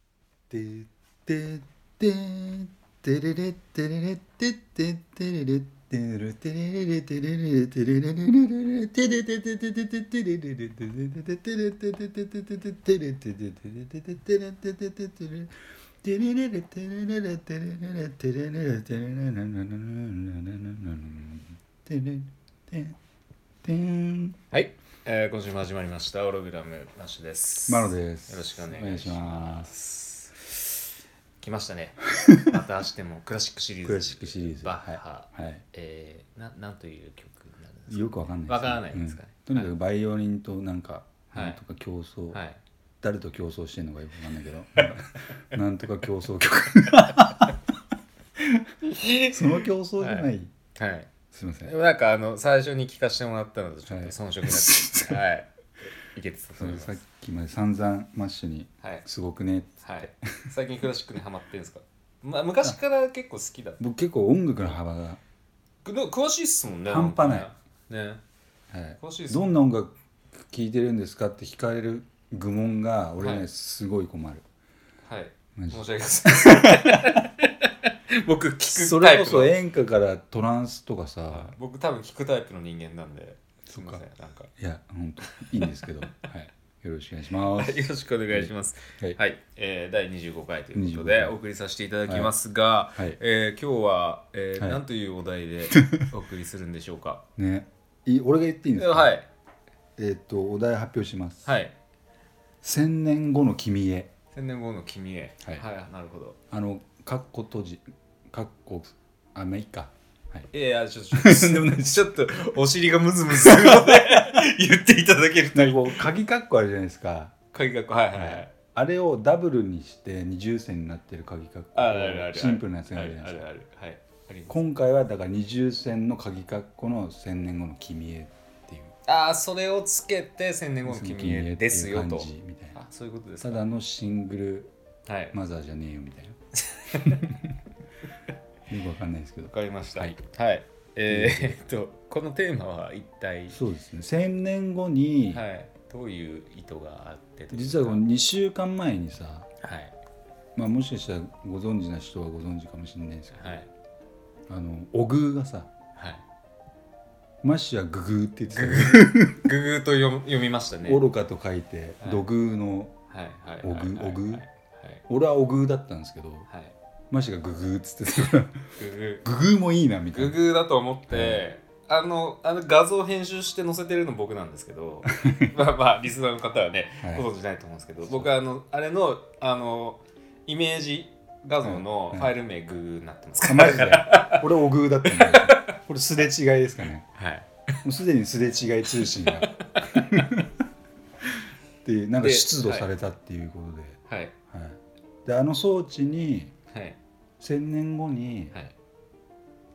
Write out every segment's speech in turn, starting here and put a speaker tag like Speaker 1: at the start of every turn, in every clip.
Speaker 1: ててててれれてれれてててれれてれれてれれてれれてれれてれれてれててててててれれてれれててれてててててててれててててててれててててれてれれれてれれれてれれれてれれれてれれれれれれれれれれれれれれてん
Speaker 2: はい、えー、今週も始まりましたオログラムマッシュです
Speaker 1: マロです
Speaker 2: よろしくお
Speaker 1: お
Speaker 2: 願
Speaker 1: 願
Speaker 2: い
Speaker 1: いし
Speaker 2: しま
Speaker 1: ます
Speaker 2: 来まし たねまた明日もクラシックシリーズ
Speaker 1: クラシックシリーズ
Speaker 2: バッハ、
Speaker 1: はいはい
Speaker 2: えー、ななんという曲になるんですか
Speaker 1: よくわかんない
Speaker 2: わからないですかね
Speaker 1: うんとにかくバイオリンとなんか、
Speaker 2: はい
Speaker 1: なんとか競争、
Speaker 2: はい
Speaker 1: 誰と競争してんのかよくわかんないけど なんとか競争曲その競争じゃない、
Speaker 2: はいはい
Speaker 1: すいません
Speaker 2: でもなんかあの最初に聞かせてもらったのとちょっと遜色なく はい、い、けてたと
Speaker 1: そ
Speaker 2: 思い
Speaker 1: れ
Speaker 2: ま
Speaker 1: さっ
Speaker 2: す
Speaker 1: きまで散々マッシュに
Speaker 2: はい
Speaker 1: 「すごくね」
Speaker 2: はい最近クラシックにハマってるんですかまあ昔から結構好きだ
Speaker 1: 僕結構音楽の幅が、
Speaker 2: くでも詳しいっすもんね
Speaker 1: 半端ない
Speaker 2: んかねね
Speaker 1: はい
Speaker 2: 詳しいですね
Speaker 1: どんな音楽聴いてるんですかって聞かれる愚問が俺ね、
Speaker 2: はい
Speaker 1: すごい困る
Speaker 2: はい
Speaker 1: マ
Speaker 2: 申し
Speaker 1: ジ
Speaker 2: 訳ございません 僕聞
Speaker 1: そ
Speaker 2: くタ
Speaker 1: れ
Speaker 2: イ
Speaker 1: こ
Speaker 2: プの
Speaker 1: そ演歌からトランスとかさ、
Speaker 2: 僕多分聞くタイプの人間なんで
Speaker 1: そっか
Speaker 2: すいませんなんか
Speaker 1: いや、本当いいんですけど、はい、よろしくお願いしま
Speaker 2: はい
Speaker 1: す。
Speaker 2: よろしくお願いします。
Speaker 1: はい
Speaker 2: えー第25回ということ
Speaker 1: 25
Speaker 2: で
Speaker 1: 回
Speaker 2: お送りさせていただきますが、
Speaker 1: はいはい
Speaker 2: えー今日は、えー
Speaker 1: はい
Speaker 2: 何というお 題でお送りするんでしょうか。
Speaker 1: ね、い、俺が言っていいん
Speaker 2: え
Speaker 1: です
Speaker 2: ー
Speaker 1: か。
Speaker 2: はい
Speaker 1: えーっと、お題発表します。
Speaker 2: はい
Speaker 1: 千年後の君へ、
Speaker 2: 千年後の君へ
Speaker 1: はい
Speaker 2: なるほど。
Speaker 1: あの、かっこ閉じ、かっこ、あ、まあ、いいか。はい。
Speaker 2: いやいやちょっと ちょっとお尻がムズムズするので言っていただけると
Speaker 1: なんかこう、鍵かっこあるじゃないですか。
Speaker 2: 鍵がこうはいはいは
Speaker 1: はいい。あれをダブルにして、二重線になってる鍵かっこ。
Speaker 2: あるあるある
Speaker 1: シンプルなやつが
Speaker 2: あ
Speaker 1: ある
Speaker 2: る
Speaker 1: じゃ
Speaker 2: あ
Speaker 1: ないです
Speaker 2: る
Speaker 1: か。
Speaker 2: あるはいあります
Speaker 1: 今回はだから二重線の鍵かっこの千年後の君へっていう。
Speaker 2: ああそれをつけて千年後の君へですよ
Speaker 1: ってい
Speaker 2: と
Speaker 1: う感じみたいな
Speaker 2: あそういうことです
Speaker 1: た
Speaker 2: か
Speaker 1: だのシングル
Speaker 2: はいわ
Speaker 1: マザーじゃねえよみたい なよくわかんないですけど
Speaker 2: かりましたは
Speaker 1: はいい、
Speaker 2: えー、っとこのテーマは一体
Speaker 1: そうですね千年後に、
Speaker 2: はいどういう意図があってというか
Speaker 1: 実はこの2週間前にさ、
Speaker 2: はい
Speaker 1: まあ、もしかしたらご存知な人はご存知かもしれないですけど、
Speaker 2: はい
Speaker 1: あのおぐーがさ
Speaker 2: はい
Speaker 1: マッシュはググーって言ってたよね
Speaker 2: ググーと読む読みましたね
Speaker 1: 愚かと書いて、
Speaker 2: はい
Speaker 1: 土偶の
Speaker 2: はいはいはい
Speaker 1: おぐ
Speaker 2: はい
Speaker 1: おぐ
Speaker 2: はい
Speaker 1: 俺はおぐーだったんですけど
Speaker 2: はいはい
Speaker 1: マッシュがググーっつってたから
Speaker 2: ググ
Speaker 1: ググーもいいなみ
Speaker 2: ー
Speaker 1: たい
Speaker 2: グ
Speaker 1: な
Speaker 2: グーだと思って、あのあの画像編集して載せてるの僕なんですけ どまあまあリスナーの方はね
Speaker 1: はい
Speaker 2: ご存知ないと思うんですけど、僕はあのあれのあのイメージ画像の
Speaker 1: うん
Speaker 2: ファイル名グーになってますか
Speaker 1: あ
Speaker 2: ら、
Speaker 1: マジで俺おぐーだったん だよこれすれ違いですかね
Speaker 2: はい、
Speaker 1: もうすでにすれ違い通信 が。っていうなんか
Speaker 2: で
Speaker 1: 出土されたっていうことで,、
Speaker 2: はい
Speaker 1: はいであの装置に
Speaker 2: はい
Speaker 1: 1,000年後に、
Speaker 2: はい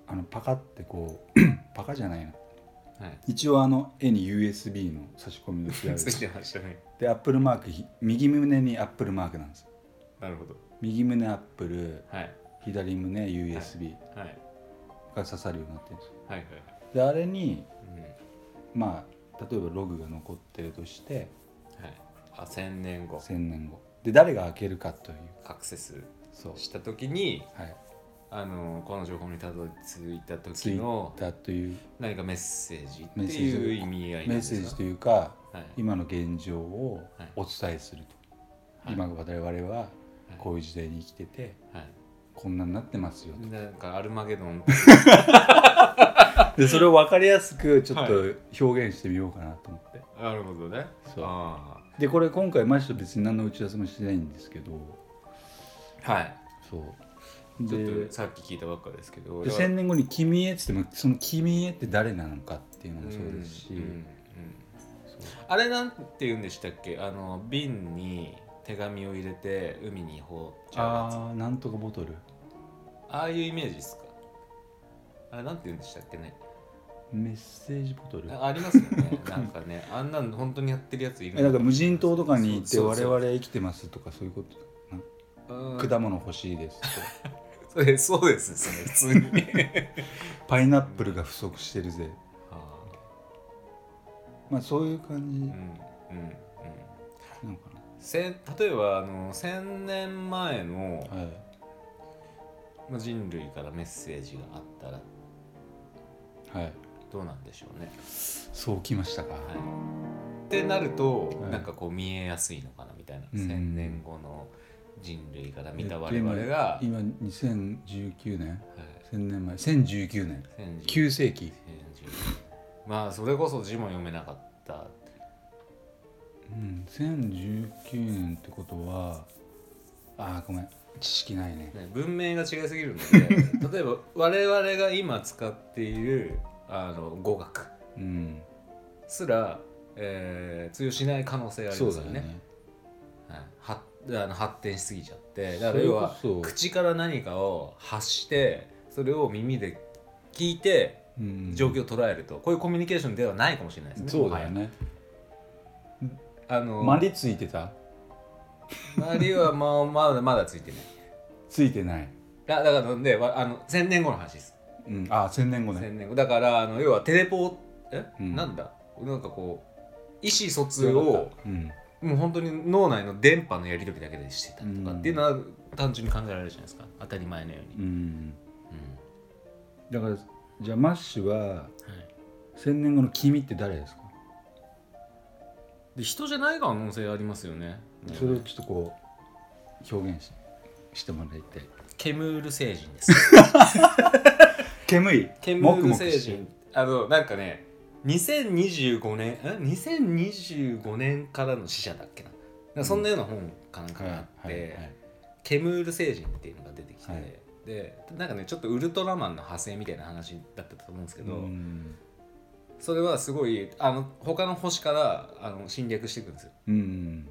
Speaker 1: あのパカってこう パカじゃないな
Speaker 2: はい
Speaker 1: 一応あの絵に USB の差し込み口があ
Speaker 2: つい
Speaker 1: る
Speaker 2: てましたね
Speaker 1: でアップルマークひ右胸にアップルマークなんですよ
Speaker 2: なるほど
Speaker 1: 右胸アップル
Speaker 2: はい
Speaker 1: 左胸 USB
Speaker 2: はい
Speaker 1: が刺さるようになってるんですよ
Speaker 2: はいはい
Speaker 1: であれに
Speaker 2: うん
Speaker 1: まあ例えばログが残ってるとして
Speaker 2: はいあ千年後
Speaker 1: 1,000年後で誰が開けるかという
Speaker 2: アクセス
Speaker 1: そう
Speaker 2: した時に
Speaker 1: はい、
Speaker 2: あのこの情報にたどり着いた
Speaker 1: ツイ
Speaker 2: 時の
Speaker 1: ッターという
Speaker 2: 何かメッセージって
Speaker 1: メッセージ
Speaker 2: いう意味合い
Speaker 1: メ
Speaker 2: なん
Speaker 1: ッ
Speaker 2: で
Speaker 1: セ
Speaker 2: す
Speaker 1: ージ
Speaker 2: か
Speaker 1: というか
Speaker 2: はい
Speaker 1: 今の現状を
Speaker 2: はい
Speaker 1: お伝えすると、
Speaker 2: はい
Speaker 1: 今我々はこういう時代に生きてて、
Speaker 2: はい
Speaker 1: こんなになってますよと
Speaker 2: なんかアルマゲドン
Speaker 1: でそれを分かりやすくちょっ
Speaker 2: は
Speaker 1: と表現してみようかなと思って、
Speaker 2: なるほどね
Speaker 1: そう
Speaker 2: あ
Speaker 1: でこれ今回マジと別に何の打ち合わせもしてないんですけど
Speaker 2: あはい
Speaker 1: そう
Speaker 2: ち
Speaker 1: で
Speaker 2: ょっとさっき聞いたばっかですけど
Speaker 1: で
Speaker 2: 俺は
Speaker 1: 1000年後に「君へ」っつってもその「君へ」って誰なのかっていうのもそうですし、
Speaker 2: うんうんうん
Speaker 1: そう
Speaker 2: あれなんて言うんでしたっけあの瓶に手紙を入れて海に放っちゃうや
Speaker 1: ああなんとかボトル
Speaker 2: つああいうイメージですかあれなんて言うんでしたっけね
Speaker 1: メッセージボトル
Speaker 2: あありますよね なんかねあんなの本当にやってるやついる
Speaker 1: えなんか無人島とかに行って
Speaker 2: そう
Speaker 1: 我
Speaker 2: そう
Speaker 1: 々生きてますとかそういうことな
Speaker 2: うん
Speaker 1: 果物欲しいですと
Speaker 2: それそうですね普通に
Speaker 1: パイナップルが不足してるぜ
Speaker 2: あー
Speaker 1: まあそういう感じ
Speaker 2: うんうんうん
Speaker 1: なのかな
Speaker 2: せん例えばあの1,000年前の、
Speaker 1: はい
Speaker 2: まあ、人類からメッセージがあったら
Speaker 1: はい
Speaker 2: どうなんでしょうね。
Speaker 1: そうきましたか、
Speaker 2: はい、ってなると、
Speaker 1: はい
Speaker 2: なんかこう見えやすいのかなみたいな、
Speaker 1: うん
Speaker 2: 1,000年後の人類から見た
Speaker 1: えっと
Speaker 2: 我々が、
Speaker 1: 今今2019年
Speaker 2: はい
Speaker 1: 1000年前1019年
Speaker 2: 1010
Speaker 1: 9世紀
Speaker 2: まあそれこそ字も読めなかった
Speaker 1: うん1019年ってことはあーごめん知識ないね
Speaker 2: ね、文明が違いす ぎるので例えば我々が今使っているあの語学
Speaker 1: うん
Speaker 2: すら、えー通用しない可能性がありますよねはい、はあの発展しすぎちゃってだから要は
Speaker 1: それこそ
Speaker 2: 口から何かを発してそれを耳で聞いて
Speaker 1: うん
Speaker 2: 状況を捉えると、こういうコミュニケーションではないかもしれないですね。
Speaker 1: そうだよ
Speaker 2: も
Speaker 1: ね
Speaker 2: はやあの
Speaker 1: マリついてた
Speaker 2: 周りはまあまだまだついてない。
Speaker 1: ついてない、
Speaker 2: だだからでわあの千年後の話です。
Speaker 1: うん、あ千年後ね
Speaker 2: 千年後だからあの要はテレポえ、
Speaker 1: うん
Speaker 2: なんだなんかこう意思疎通を
Speaker 1: うん
Speaker 2: もう本当に脳内の電波のやり取りだけでしてたとか
Speaker 1: うん
Speaker 2: っていうのは単純に考えられるじゃないですか当たり前のように、
Speaker 1: うん
Speaker 2: う
Speaker 1: だからじゃあマッシュは
Speaker 2: んはい、
Speaker 1: 千年後の君って誰ですか
Speaker 2: で人じゃない可能性ありますよね
Speaker 1: それをちょっとこう表現ししてもらいたい
Speaker 2: ケムール星人です
Speaker 1: 煙い
Speaker 2: ケムール星人あのなんかね2025年え2025年からの死者だっけななんかそんなような本かなんかがあって、ケムール星人っていうのが出てきて、
Speaker 1: はい
Speaker 2: でなんかねちょっとウルトラマンの派生みたいな話だったと思うんですけど、
Speaker 1: うん
Speaker 2: それはすごいあの他の星からあの侵略していくんですよ。
Speaker 1: うん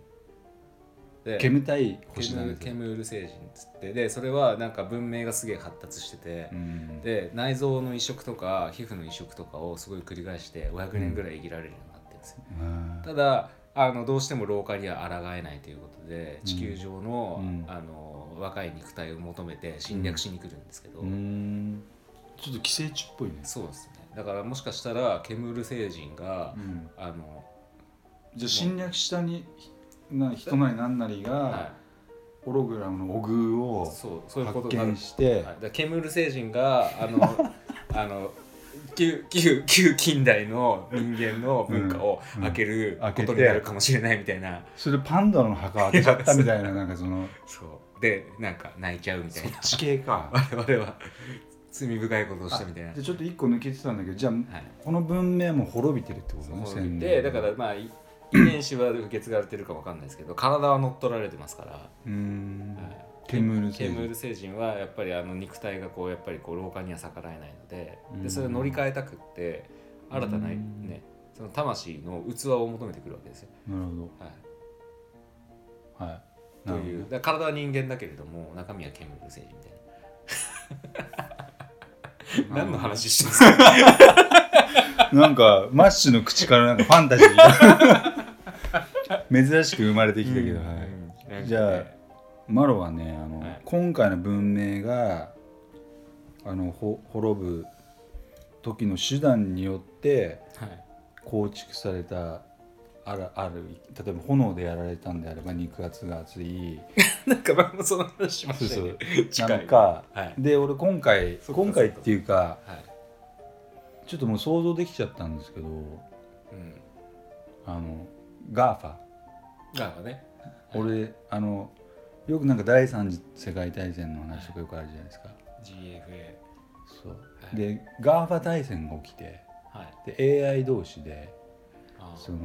Speaker 2: で
Speaker 1: 煙たい
Speaker 2: ケ
Speaker 1: 星な
Speaker 2: ムー
Speaker 1: ん
Speaker 2: ル
Speaker 1: です
Speaker 2: ケ
Speaker 1: よ
Speaker 2: ムール星人っつってでそれはなんか文明がすげえ発達してて
Speaker 1: う、ん
Speaker 2: で内臓の移植とか皮膚の移植とかをすごい繰り返して500年ぐらい生きられるようになってるんですよ。
Speaker 1: あー
Speaker 2: ただあのどうしても老化には抗えないということで地球上の,、
Speaker 1: うん
Speaker 2: あの若い肉体を求めて侵略しに来るんですけど、
Speaker 1: うんちょっと寄生虫っぽいね
Speaker 2: そうですねだからもしかしたらケムール星人が、
Speaker 1: うん
Speaker 2: あの、
Speaker 1: じゃあ侵略したにな人なりなんなり
Speaker 2: は
Speaker 1: がオログラムのオグ
Speaker 2: い、
Speaker 1: を
Speaker 2: そうそういうこ
Speaker 1: 発
Speaker 2: とになる、は
Speaker 1: 見
Speaker 2: い、
Speaker 1: して
Speaker 2: だからケムール星人があの あの旧旧旧近代の人間の文化を
Speaker 1: うんうん
Speaker 2: 開ける
Speaker 1: 開
Speaker 2: こ
Speaker 1: けて
Speaker 2: とになるかもしれないみたいな、
Speaker 1: それでパンダの墓開けちゃったみ たいななんかその
Speaker 2: そうでなんか泣いちゃうみたいな
Speaker 1: 地形か
Speaker 2: 我々は罪深いことをしたみたいな
Speaker 1: で。ちょっと一個抜けてたんだけどじゃあ
Speaker 2: はい
Speaker 1: この文明も滅びてるってことね
Speaker 2: そう
Speaker 1: 千
Speaker 2: で
Speaker 1: 年
Speaker 2: だからまあい遺伝子は受け継がれてるかわかんないですけど体は乗っ取られてますから。
Speaker 1: うーん
Speaker 2: はい
Speaker 1: ケムール星
Speaker 2: ケ
Speaker 1: 人
Speaker 2: ムール星人はやっぱりあの肉体がこうやっぱりこう老化には逆らえないので
Speaker 1: うん
Speaker 2: でそれを乗り換えたくって新たな
Speaker 1: うん
Speaker 2: ねその魂の器を求めてくるわけですよ。
Speaker 1: なるほど
Speaker 2: はい、
Speaker 1: はい
Speaker 2: と
Speaker 1: なる
Speaker 2: い
Speaker 1: ほ
Speaker 2: う
Speaker 1: ど
Speaker 2: だから体は人間だけれども中身はケムール星人みたい な。何の話してますか
Speaker 1: なんかマッシュの口からなんかファンタジーが珍しく生まれてきたけど、はい
Speaker 2: うん
Speaker 1: じゃあマロはねあの、
Speaker 2: はい
Speaker 1: 今回の文明があのほ滅ぶ時の手段によって
Speaker 2: はい
Speaker 1: 構築されたあるある例えば炎でやられたんであれば肉厚が厚い
Speaker 2: なんか前もその話しましたよね。 近い
Speaker 1: なのか
Speaker 2: はい
Speaker 1: で俺今回
Speaker 2: そっか
Speaker 1: 今回っていうか
Speaker 2: はい
Speaker 1: ちょっともう想像できちゃったんですけど
Speaker 2: うん
Speaker 1: あの GAFA
Speaker 2: なるほどね。
Speaker 1: 俺あのよくなんか第三次世界大戦の話とかよくあるじゃないですか
Speaker 2: GFA。
Speaker 1: そう
Speaker 2: はい
Speaker 1: で GAFA 大戦が起きて
Speaker 2: はい。
Speaker 1: で AI 同士で
Speaker 2: あ
Speaker 1: その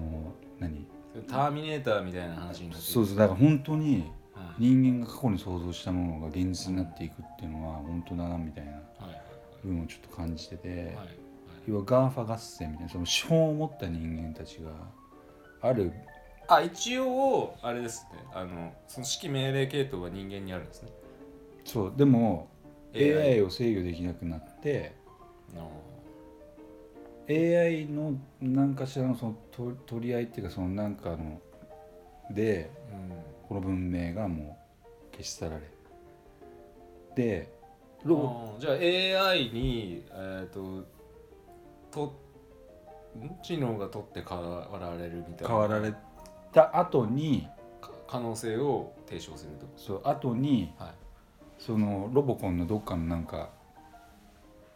Speaker 1: 何
Speaker 2: ーターミネーターみたいな話になって。
Speaker 1: そうそううだから本当に
Speaker 2: はい。
Speaker 1: 人間が過去に想像したものが現実になっていくっていうのは本当だなみたいな
Speaker 2: はいはい
Speaker 1: 部分をちょっと感じてて
Speaker 2: はいはい
Speaker 1: 要は GAFA 合戦みたいなその資本を持った人間たちがある
Speaker 2: あ一応あれですねあのその指揮命令系統は人間にあるんですね
Speaker 1: そうでも
Speaker 2: AI
Speaker 1: AI を制御できなくなって
Speaker 2: の
Speaker 1: AI の何かしらのそのと取り合いっていうかそのなんかので
Speaker 2: うん
Speaker 1: この文明がもう消し去られでロ
Speaker 2: あーじゃあ AI にえっ、ととん知能が取って変わられるみたいな
Speaker 1: 変わられた後に
Speaker 2: か可能性を提唱すると
Speaker 1: そう後に
Speaker 2: はい
Speaker 1: そのロボコンのどっかのなんか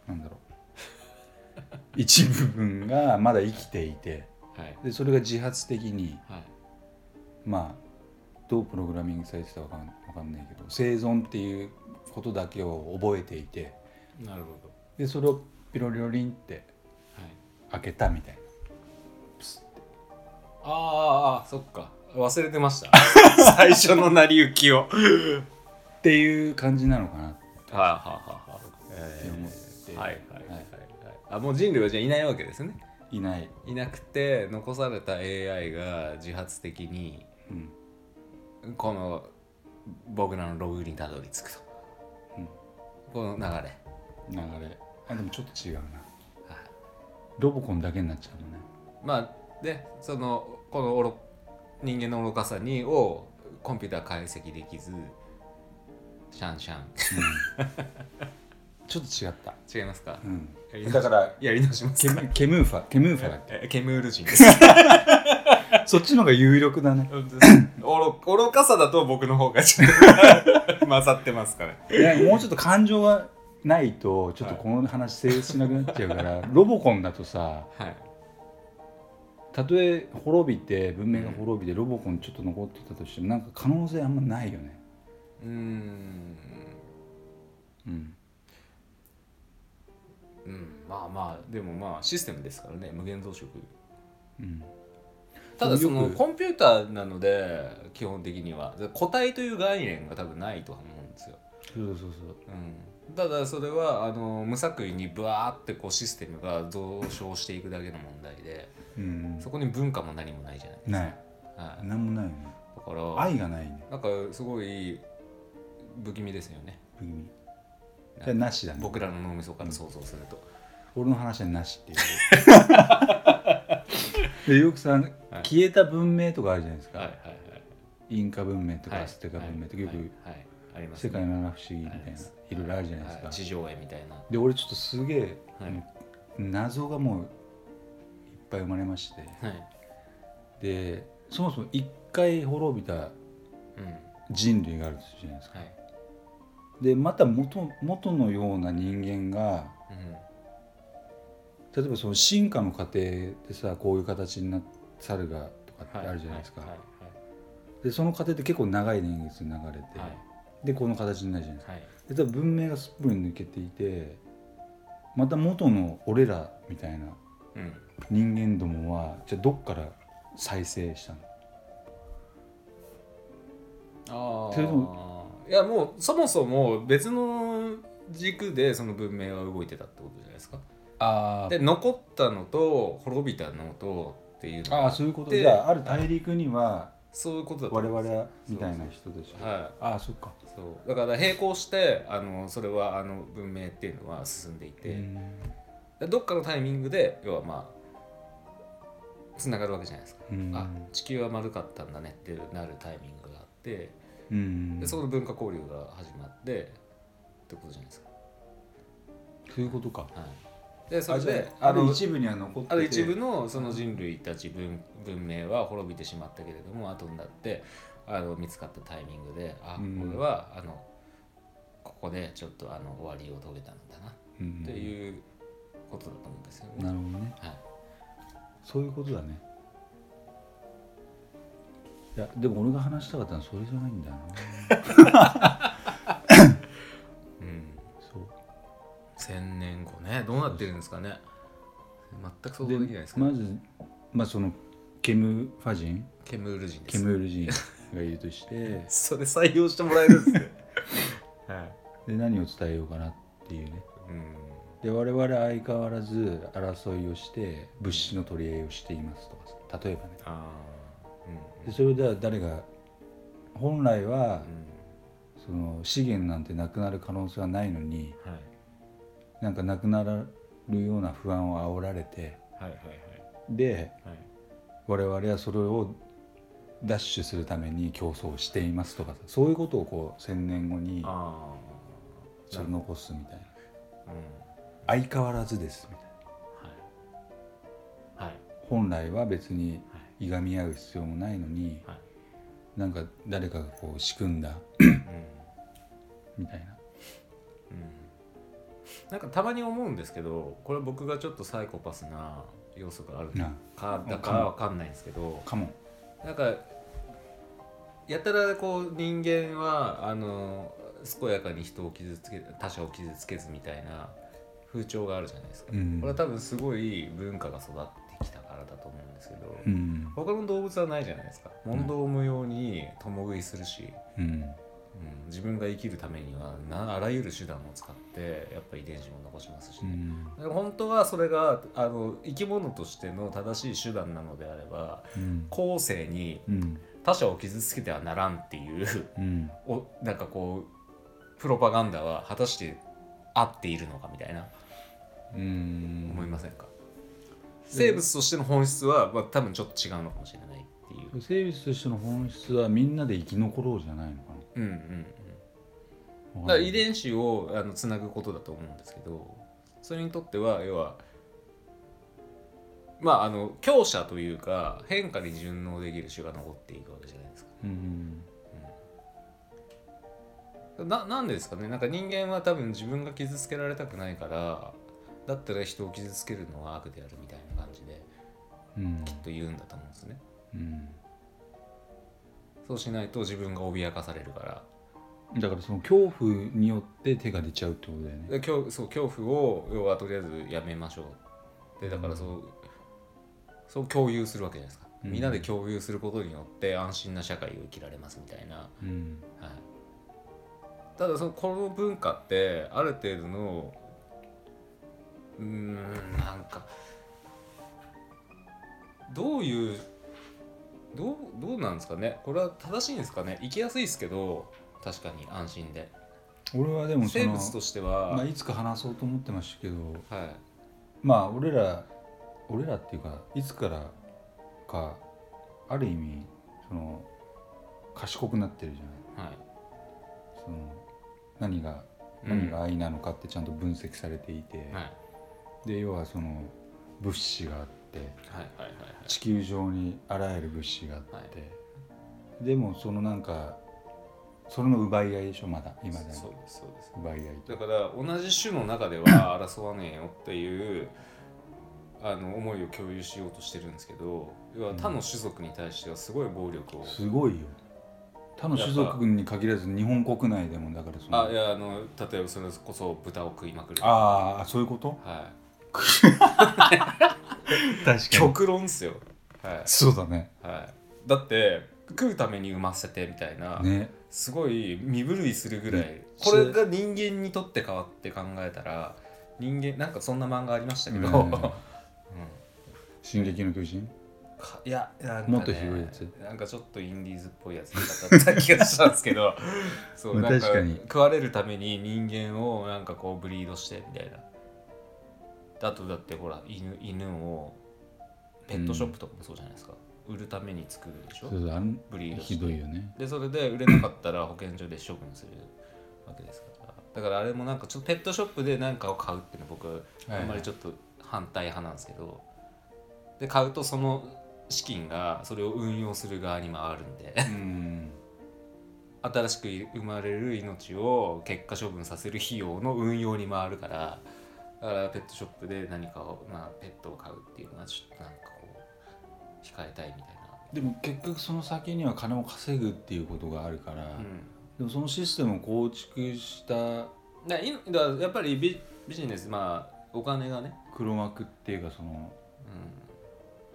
Speaker 1: なんだろう一部分がまだ生きていて
Speaker 2: はい
Speaker 1: でそれが自発的に
Speaker 2: はい
Speaker 1: まあどうプログラミングされてたかわかんわかんないけど生存っていうことだけを覚えていて
Speaker 2: なるほど
Speaker 1: でそれをピロリロリンって
Speaker 2: はい
Speaker 1: 開けたみたい
Speaker 2: あーあーそっか忘れてました 最初の成り行きをはい
Speaker 1: なっていう感じなのかなって
Speaker 2: はいはいはい
Speaker 1: 思って、
Speaker 2: はいはいはいはいあもう人類はじゃあいないわけですね
Speaker 1: い、ない、
Speaker 2: いなくて残された AI が自発的に
Speaker 1: うん、
Speaker 2: この僕らのログにたどり着くと、
Speaker 1: うん
Speaker 2: この流れ
Speaker 1: 流れあでもちょっと違うな
Speaker 2: は
Speaker 1: ロボコンだけになっちゃうのね
Speaker 2: いまあでそのこの愚人間の愚かさにをコンピューター解析できずシャンシャン
Speaker 1: ちょっと違った、
Speaker 2: 違いますかやり
Speaker 1: うん、
Speaker 2: 直し
Speaker 1: だから
Speaker 2: やり直しま
Speaker 1: ケ
Speaker 2: すか
Speaker 1: ムケムーフ ァケムーファだっ
Speaker 2: えケムール人です
Speaker 1: けそっちの方が有力だね
Speaker 2: 愚愚かさだと僕の方がちょっと 勝ってますから
Speaker 1: いやもうちょっと感情がないとちょっとこの話成立しなくなっちゃう から、ロボコンだとさ
Speaker 2: はい
Speaker 1: たとえ滅びて文明が滅びてロボコンちょっと残ってたとしてもなんか可能性あんまないよね
Speaker 2: うーん
Speaker 1: うん
Speaker 2: うんまあまあでもまあシステムですからね無限増殖
Speaker 1: うん
Speaker 2: ただそ
Speaker 1: よ
Speaker 2: の
Speaker 1: く
Speaker 2: コンピューターなので基本的には個体という概念が多分ないとは思うんですよ、
Speaker 1: そうそうそう
Speaker 2: うん、ただそれはあの無作為にブワーってこうシステムが増床していくだけの問題で
Speaker 1: うん
Speaker 2: そこに文化も何もないじゃないですか、
Speaker 1: ない
Speaker 2: はい、
Speaker 1: 何もないよね
Speaker 2: だから
Speaker 1: 愛がないね
Speaker 2: なんかすごい不気味ですよね
Speaker 1: 不気味じゃあなしだね
Speaker 2: 僕らの脳みそから想像すると、
Speaker 1: 俺の話はなし っていうでよくさ消えた文明とかあるじゃないですか、
Speaker 2: はいはい
Speaker 1: インカ文明と
Speaker 2: はい
Speaker 1: かアステカ文明とかよ
Speaker 2: はいはい
Speaker 1: く
Speaker 2: はいあります
Speaker 1: 世
Speaker 2: ね
Speaker 1: 界の七不思議みたいな
Speaker 2: り
Speaker 1: い
Speaker 2: ます
Speaker 1: ろいろあるじゃないですか、
Speaker 2: は地上絵みたいな、
Speaker 1: で俺ちょっとすげえ、
Speaker 2: はい
Speaker 1: 謎がもういっぱい生まれまして
Speaker 2: はい
Speaker 1: でそもそも一回滅びた
Speaker 2: うんは
Speaker 1: 人類があるじゃないですか
Speaker 2: い
Speaker 1: でまた元元のような人間が
Speaker 2: うん
Speaker 1: 例えばその進化の過程でさこういう形になって猿がとかってあるじゃないですか、
Speaker 2: はいはい
Speaker 1: でその過程って結構長い年月流れて、
Speaker 2: はい
Speaker 1: でこの形になるじゃないですか
Speaker 2: はいは
Speaker 1: で
Speaker 2: い
Speaker 1: 多分文明がすっぽり抜けていてまた元の俺らみたいな
Speaker 2: うん
Speaker 1: 人間どもはじゃあどっから再生したの
Speaker 2: あ
Speaker 1: それと
Speaker 2: あいやもうそもそも別の軸でその文明は動いてたってことじゃないですか
Speaker 1: あ
Speaker 2: で残ったのと滅びたのとっていうのが
Speaker 1: あーそういうこと
Speaker 2: で
Speaker 1: じゃあある大陸には
Speaker 2: そういうことだと
Speaker 1: 我々
Speaker 2: 思うんです
Speaker 1: はみたいな人でしょ
Speaker 2: は
Speaker 1: ああそっか
Speaker 2: いそうだから並行してあのそれはあの文明っていうのは進んでいて、
Speaker 1: うん
Speaker 2: でどっかのタイミングで要はまあつながるわけじゃないですか、
Speaker 1: うん
Speaker 2: あ地球は丸かったんだねってなるタイミングがあって
Speaker 1: うん
Speaker 2: でそ
Speaker 1: そ
Speaker 2: この文化交流が始まってってことじゃないですか、
Speaker 1: ういうことか
Speaker 2: はい、でそれ
Speaker 1: あじ
Speaker 2: で
Speaker 1: ゃあ
Speaker 2: あ
Speaker 1: ある
Speaker 2: の
Speaker 1: 一部には残ってて
Speaker 2: ある一部のその人類たち文文明は滅びてしまったけれども後になってあの見つかったタイミングであ
Speaker 1: うん
Speaker 2: これはあのここでちょっとあの終わりを遂げたんだな
Speaker 1: うん
Speaker 2: っていうことだと思うんですよ
Speaker 1: な
Speaker 2: ね。
Speaker 1: るほどね
Speaker 2: はい
Speaker 1: そういうことだねいやでも俺が話したかったのはそれじゃないんだ よな
Speaker 2: うん
Speaker 1: そう
Speaker 2: 千年後ねどうなってるんですかね全く想像できないですけど、
Speaker 1: まず、まあ、そのケムファ人
Speaker 2: ケムール人で
Speaker 1: ケ
Speaker 2: す
Speaker 1: ムール人がいると して
Speaker 2: それ採用してもらえるんですね はい
Speaker 1: で何を伝えようかなっていうね
Speaker 2: うん
Speaker 1: で我々相変わらず争いをして物資の取り合いをしていますとか例えばね
Speaker 2: ああうん
Speaker 1: でそれでは誰が本来は
Speaker 2: うん
Speaker 1: その資源なんてなくなる可能性はないのに
Speaker 2: はい
Speaker 1: なんかなくなるような不安を煽られて
Speaker 2: はいはい
Speaker 1: で
Speaker 2: はい
Speaker 1: 我々はそれを奪取するために競争をしていますとかそういうことをこう1,000年後に
Speaker 2: あ
Speaker 1: それ残すみたいな
Speaker 2: あうん
Speaker 1: 相変わらずですみたいな
Speaker 2: はいはい
Speaker 1: 本来は別にいがみ合う必要もないのに、
Speaker 2: はい
Speaker 1: なんか誰かがこう仕組んだ
Speaker 2: うん
Speaker 1: みたいな
Speaker 2: うんなんかたまに思うんですけどこれ僕がちょっとサイコパスな要素があるの
Speaker 1: な
Speaker 2: かだからわかんないんですけど
Speaker 1: かも
Speaker 2: なんかやたらこう人間はあの健やかに人を傷つけ他者を傷つけずみたいな風潮があるじゃないですか、
Speaker 1: うん
Speaker 2: これは多分すごい文化が育ってきたからだと思うんですけど、
Speaker 1: うん
Speaker 2: 他の動物はないじゃないですか問答無用に共食いするし、
Speaker 1: うん
Speaker 2: うん、自分が生きるためにはなあらゆる手段を使ってやっぱ遺伝子も残しますし
Speaker 1: う
Speaker 2: ね、
Speaker 1: ん
Speaker 2: でも本当はそれがあの生き物としての正しい手段なのであれば
Speaker 1: うん
Speaker 2: 後世に
Speaker 1: うん
Speaker 2: 他者を傷つけてはならんっていう
Speaker 1: うん
Speaker 2: おなんかこうプロパガンダは果たして合っているのかみたいな
Speaker 1: うん
Speaker 2: 思いませんか、生物としての本質は、まあ、多分ちょっと違うのかもしれないっていう
Speaker 1: 生物としての本質はみんなで生き残ろうじゃないのか
Speaker 2: うんうんうん
Speaker 1: な
Speaker 2: だから遺伝子をあのつなぐことだと思うんですけどそれにとっては要はまああの強者というか変化に順応できる種が残っていくわけじゃないですか。
Speaker 1: うん
Speaker 2: ななんでですかねなんか人間は多分自分が傷つけられたくないからだったら人を傷つけるのは悪であるみたいな感じで
Speaker 1: うん
Speaker 2: と言うんだと思うんですね。
Speaker 1: うん
Speaker 2: そうしないと自分が脅かされるから
Speaker 1: だからその恐怖によって手が出ちゃうってことだよね
Speaker 2: で恐そう恐怖を要はとりあえずやめましょうでだからそう、そう共有するわけじゃないですか、
Speaker 1: うん
Speaker 2: みんなで共有することによって安心な社会を生きられますみたいな、は
Speaker 1: うん
Speaker 2: い、ただそのこの文化ってある程度のうーんなんかどういうどうどうなんですかねこれは正しいんですかね生きやすいですけど確かに安心で
Speaker 1: 俺はでもそ
Speaker 2: 生
Speaker 1: の
Speaker 2: 物としては、
Speaker 1: まあ、いつか話そうと思ってましたけど
Speaker 2: はい
Speaker 1: まあ俺ら俺らっていうかいつからかある意味その賢くなってるじゃない
Speaker 2: はい
Speaker 1: その何が何が愛なのかってちゃんと分析されていて、
Speaker 2: はい
Speaker 1: で要はその物資があって
Speaker 2: はいはいはいはい
Speaker 1: 地球上にあらゆる物資があって、でもそのなんかそれの奪い合いでしょまだ今で
Speaker 2: そう
Speaker 1: も
Speaker 2: ですそうです
Speaker 1: 奪い合いと
Speaker 2: だから同じ種の中では 争わねえよっていうあの思いを共有しようとしてるんですけど要は他の種族に対してはすごい暴力を、
Speaker 1: すごいよ他の種族に限らず日本国内でもだからその
Speaker 2: あいやあの例えばそれこそ豚を食いまくる
Speaker 1: ああそういうこと
Speaker 2: はい
Speaker 1: 確かに
Speaker 2: 極論っすよは
Speaker 1: そうだね
Speaker 2: い、はい、だって食うために産ませてみたいな、
Speaker 1: ね
Speaker 2: すごい身震いするぐらい、
Speaker 1: ね
Speaker 2: これが人間にとって変わって考えたら人間なんかそんな漫画ありましたけど、
Speaker 1: うん
Speaker 2: うん
Speaker 1: 進撃の巨人
Speaker 2: かいやなんか、ね、
Speaker 1: もっと広いやつ
Speaker 2: なんかちょっとインディーズっぽいやつだった気がしたんですけ どそう
Speaker 1: まあ
Speaker 2: なん
Speaker 1: 確かに
Speaker 2: 食われるために人間をなんかこうブリードしてみたいなだとだってほら犬犬をペットショップとかもそうじゃないですか、売るために作るでしょ
Speaker 1: そうそうあん
Speaker 2: ブリードして
Speaker 1: ひどいよね
Speaker 2: でそれで売れなかったら保健所で処分するわけですからだからあれもなんかちょっとペットショップで何かを買うっていうの僕
Speaker 1: はい
Speaker 2: あんまりちょっと反対派なんですけど、で買うとその資金がそれを運用する側に回るんで
Speaker 1: うん
Speaker 2: 新しく生まれる命を結果処分させる費用の運用に回るからだからペットショップで何かを、まあ、ペットを買うっていうのはちょっとなんかこう控えたいみたいな。
Speaker 1: でも結局その先には金を稼ぐっていうことがあるから、
Speaker 2: うん
Speaker 1: でもそのシステムを構築した
Speaker 2: だいだからやっぱりビビジネスまあお金がね、
Speaker 1: 黒幕っていうかその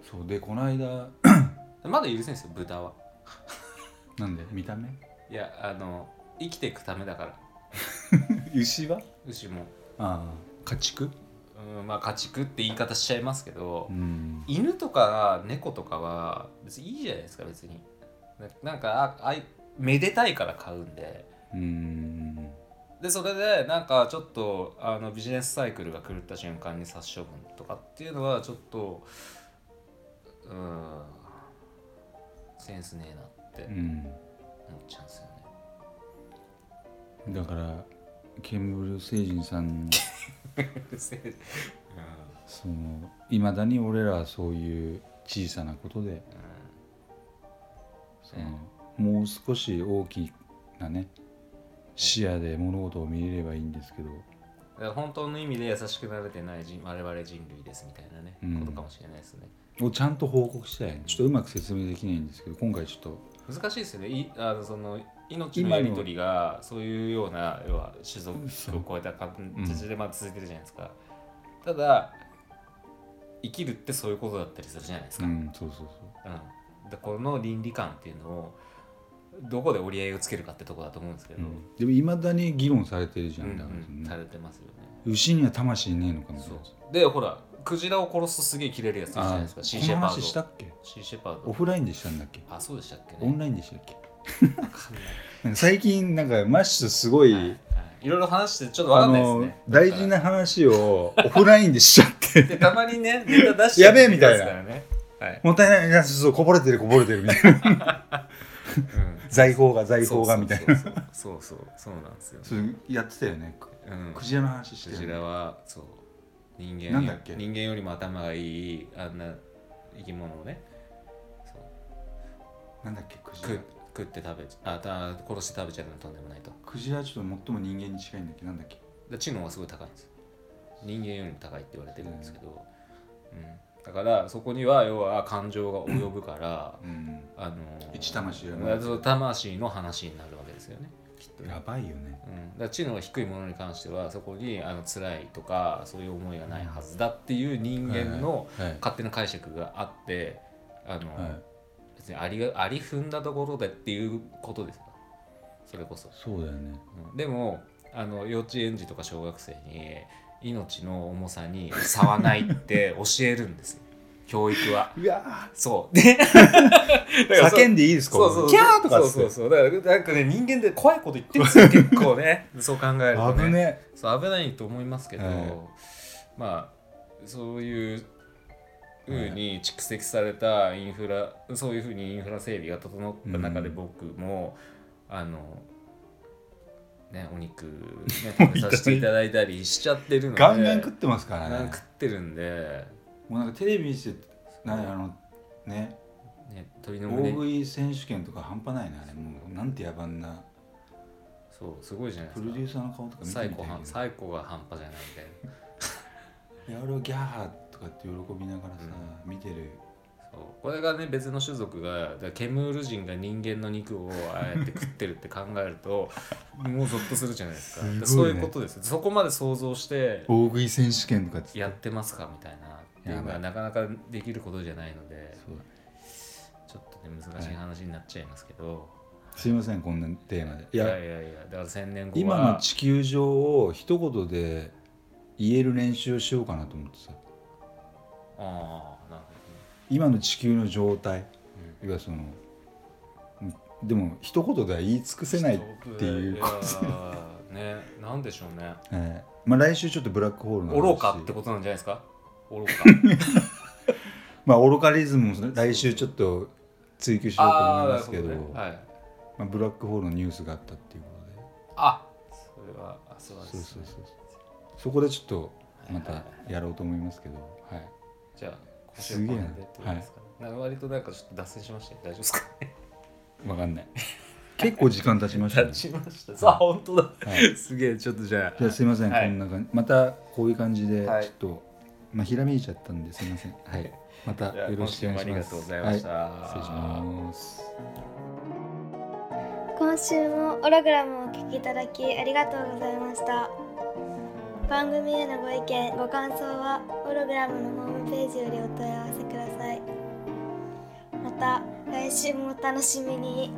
Speaker 1: そうでこの間
Speaker 2: うん、まだ許せんですよ豚は
Speaker 1: なんで見た目
Speaker 2: いやあの生きていくためだから
Speaker 1: 牛は
Speaker 2: 牛も、
Speaker 1: ああ家畜
Speaker 2: うん、まあ家畜って言い方しちゃいますけど、
Speaker 1: ん
Speaker 2: 犬とか猫とかは別にいいじゃないですか別にななんかああいめでたいから買うんで
Speaker 1: うん
Speaker 2: でそれでなんかちょっとあのビジネスサイクルが狂った瞬間に殺処分とかっていうのはちょっとうんセンスねえなって
Speaker 1: うん
Speaker 2: 思っちゃうんですよね。
Speaker 1: だからケンブル星人さんの
Speaker 2: うるせえ
Speaker 1: そのいまだに俺らはそういう小さなことで
Speaker 2: う
Speaker 1: そのもう少し大きなね視野で物事を見れればいいんですけど
Speaker 2: だから本当の意味で優しくなれてない人我々人類ですみたいなね、
Speaker 1: うん
Speaker 2: ことかもしれないですね
Speaker 1: をちゃんと報告したいちょっとうまく説明できないんですけど今回ちょっと
Speaker 2: 難しいですよねいあのその命のやり取りがそういうような要は種族を超えた形でまあ続いてるじゃないですか、ただ生きるってそういうことだったりするじゃないです
Speaker 1: う
Speaker 2: か、
Speaker 1: んそうそう
Speaker 2: うん、でこの倫理観っていうのをどこで折り合いをつけるかってとこだと思うんですけ
Speaker 1: そう、
Speaker 2: ど、うん
Speaker 1: でもいまだに議論されてるじゃ
Speaker 2: うん
Speaker 1: だから
Speaker 2: んさ
Speaker 1: ね
Speaker 2: れてますよね
Speaker 1: 牛には魂ねえのかみたい
Speaker 2: そ
Speaker 1: な
Speaker 2: うでほらクジラを殺すとすげえ切れるやついるじゃない
Speaker 1: あ
Speaker 2: ですかシーシ
Speaker 1: この
Speaker 2: ェパー
Speaker 1: 話
Speaker 2: ド
Speaker 1: したっけ
Speaker 2: シーシェパー
Speaker 1: オ
Speaker 2: ド
Speaker 1: フラインでしたんだっけ
Speaker 2: あそうでしたっけ
Speaker 1: オン
Speaker 2: ね
Speaker 1: ラインでしたっけ
Speaker 2: わかんない
Speaker 1: なんか最近なんかマッシュすごい、
Speaker 2: はいはいいろいろ話してちょっとわ
Speaker 1: あ
Speaker 2: かんないです
Speaker 1: の
Speaker 2: ね
Speaker 1: 大事な話をオフラインでしちゃって
Speaker 2: でたまにねネタ出して
Speaker 1: やべえみたいな
Speaker 2: やつからねはい、
Speaker 1: もったいないいやそうそうこぼれてるこぼれてるみたいな財宝が財宝がみたいな
Speaker 2: そうそうそうそうそうなんですよ、
Speaker 1: そうやってたよね
Speaker 2: うん、
Speaker 1: クジラの話して
Speaker 2: クジ
Speaker 1: る
Speaker 2: ラはそう人間よ
Speaker 1: なんだっけ
Speaker 2: 人間よりも頭がいいあんな生き物をねそう
Speaker 1: なんだっけクジ
Speaker 2: 食
Speaker 1: ラ
Speaker 2: う食って食べちあた殺して食べちゃうのはとんでもないと
Speaker 1: クジラはちょっと最も人間に近いんだっけなんだっけ
Speaker 2: で知能はすごい高いんですよ人間よりも高いって言われてるんですけど、うん、だからそこには要は感情が及ぶから、
Speaker 1: うん
Speaker 2: あのー
Speaker 1: 一魂やな
Speaker 2: だから魂の話になるわけですよねきっとね
Speaker 1: やばいよね
Speaker 2: うん、だから知能が低いものに関してはそこにあの辛いとかそういう思いがないはずだっていう人間の
Speaker 1: はい
Speaker 2: 勝手な解釈があってあの、
Speaker 1: はい
Speaker 2: 別にありがあり踏んだところでっていうことですかそれこそ、
Speaker 1: そうだよね
Speaker 2: うんでもあの幼稚園児とか小学生に命の重さに差はないって教える んですよ教育は
Speaker 1: うわ
Speaker 2: そうでだからそ
Speaker 1: 叫んでいいですか
Speaker 2: そうそうそう
Speaker 1: キャーとかっつって
Speaker 2: そうそうそうだからなんかね人間って怖いこと言ってるん ですよ結構ねそう考えるとね
Speaker 1: 危ね
Speaker 2: そう危ないと思いますけど、
Speaker 1: はい
Speaker 2: まあそういうふうに蓄積されたインフラ、そういうふうにインフラ整備が整った中で
Speaker 1: うん
Speaker 2: 僕も、あのねお 肉、ね、食べさせていただいたりしちゃってるので
Speaker 1: ガンガン食ってますから
Speaker 2: ガン
Speaker 1: ね
Speaker 2: 食ってるんで、
Speaker 1: もうなんかテレビ見ててなんかあのね
Speaker 2: ね、鳥の
Speaker 1: 大
Speaker 2: 胸
Speaker 1: 食い選手権とか半端ないねあれもうなんて野蛮な
Speaker 2: そうすごいじゃないで
Speaker 1: プロデュ
Speaker 2: す
Speaker 1: ーサーの顔とか見てみ
Speaker 2: か
Speaker 1: た
Speaker 2: 最
Speaker 1: いけ
Speaker 2: 高
Speaker 1: ど
Speaker 2: は最高が半端じゃないみたいな。
Speaker 1: やろうギャーとかって喜びながらさ、見てる
Speaker 2: そうこれがね別の種族がだからケムール人が人間の肉をああやって食ってるって考える ともうゾッとするじゃないですか
Speaker 1: すごいね
Speaker 2: そういうことですそこまで想像して
Speaker 1: 大食い選手権とかっつ
Speaker 2: やってますかみたいなっていうの
Speaker 1: やば
Speaker 2: はいなかなかできることじゃないので
Speaker 1: そう
Speaker 2: ちょっとね難しい話になっちゃいますけど、
Speaker 1: すいませんこんなテーマでい
Speaker 2: い、
Speaker 1: や
Speaker 2: やいやいやだから千年後は
Speaker 1: 今の地球上を一言で言える練習をしようかなと思ってさ
Speaker 2: ああなる
Speaker 1: 今の地球の状態、いわそのうんでも一言では言い尽くせない、
Speaker 2: ほど
Speaker 1: っていうこ
Speaker 2: いやーねなんでしょうね
Speaker 1: ええまあ、来週ちょっとブラックホールの話
Speaker 2: 愚かってことなんじゃないですか 愚か
Speaker 1: まあ、愚かリズムも来週ちょっと追求しようと思いますけど
Speaker 2: あーなるほねはい
Speaker 1: まあ、ブラックホールのニュースがあったっていうことで
Speaker 2: あそれはあそうなんです
Speaker 1: そう
Speaker 2: ね
Speaker 1: そうそうそうそこでちょっとま
Speaker 2: はい
Speaker 1: た
Speaker 2: はい
Speaker 1: やろうと思いますけど、はい、
Speaker 2: じゃあ今週
Speaker 1: すげえ
Speaker 2: は
Speaker 1: な
Speaker 2: この辺でってことですか、なんか割となんかちょっと脱線しましたね大丈夫です かね
Speaker 1: わかんない。結構時間経ちましたね
Speaker 2: 脱。しました さあ本当だ、
Speaker 1: はい
Speaker 2: すげえちょっとじゃ
Speaker 1: じゃあすいません、
Speaker 2: はい
Speaker 1: こんな感じ、またこういう感じで、ちょ
Speaker 2: はい
Speaker 1: っと、まあ、ひらめいちゃったんですいません。
Speaker 2: あ
Speaker 1: はい、また
Speaker 2: じゃあ
Speaker 1: よろしくお願いします。
Speaker 2: 今週もありがとうございました、
Speaker 1: はい、失礼します。
Speaker 3: 今週もオログラムをお聞きいただきありがとうございました番組へのご意見ご感想はオログラムのホームページよりお問い合わせくださいまた来週もお楽しみに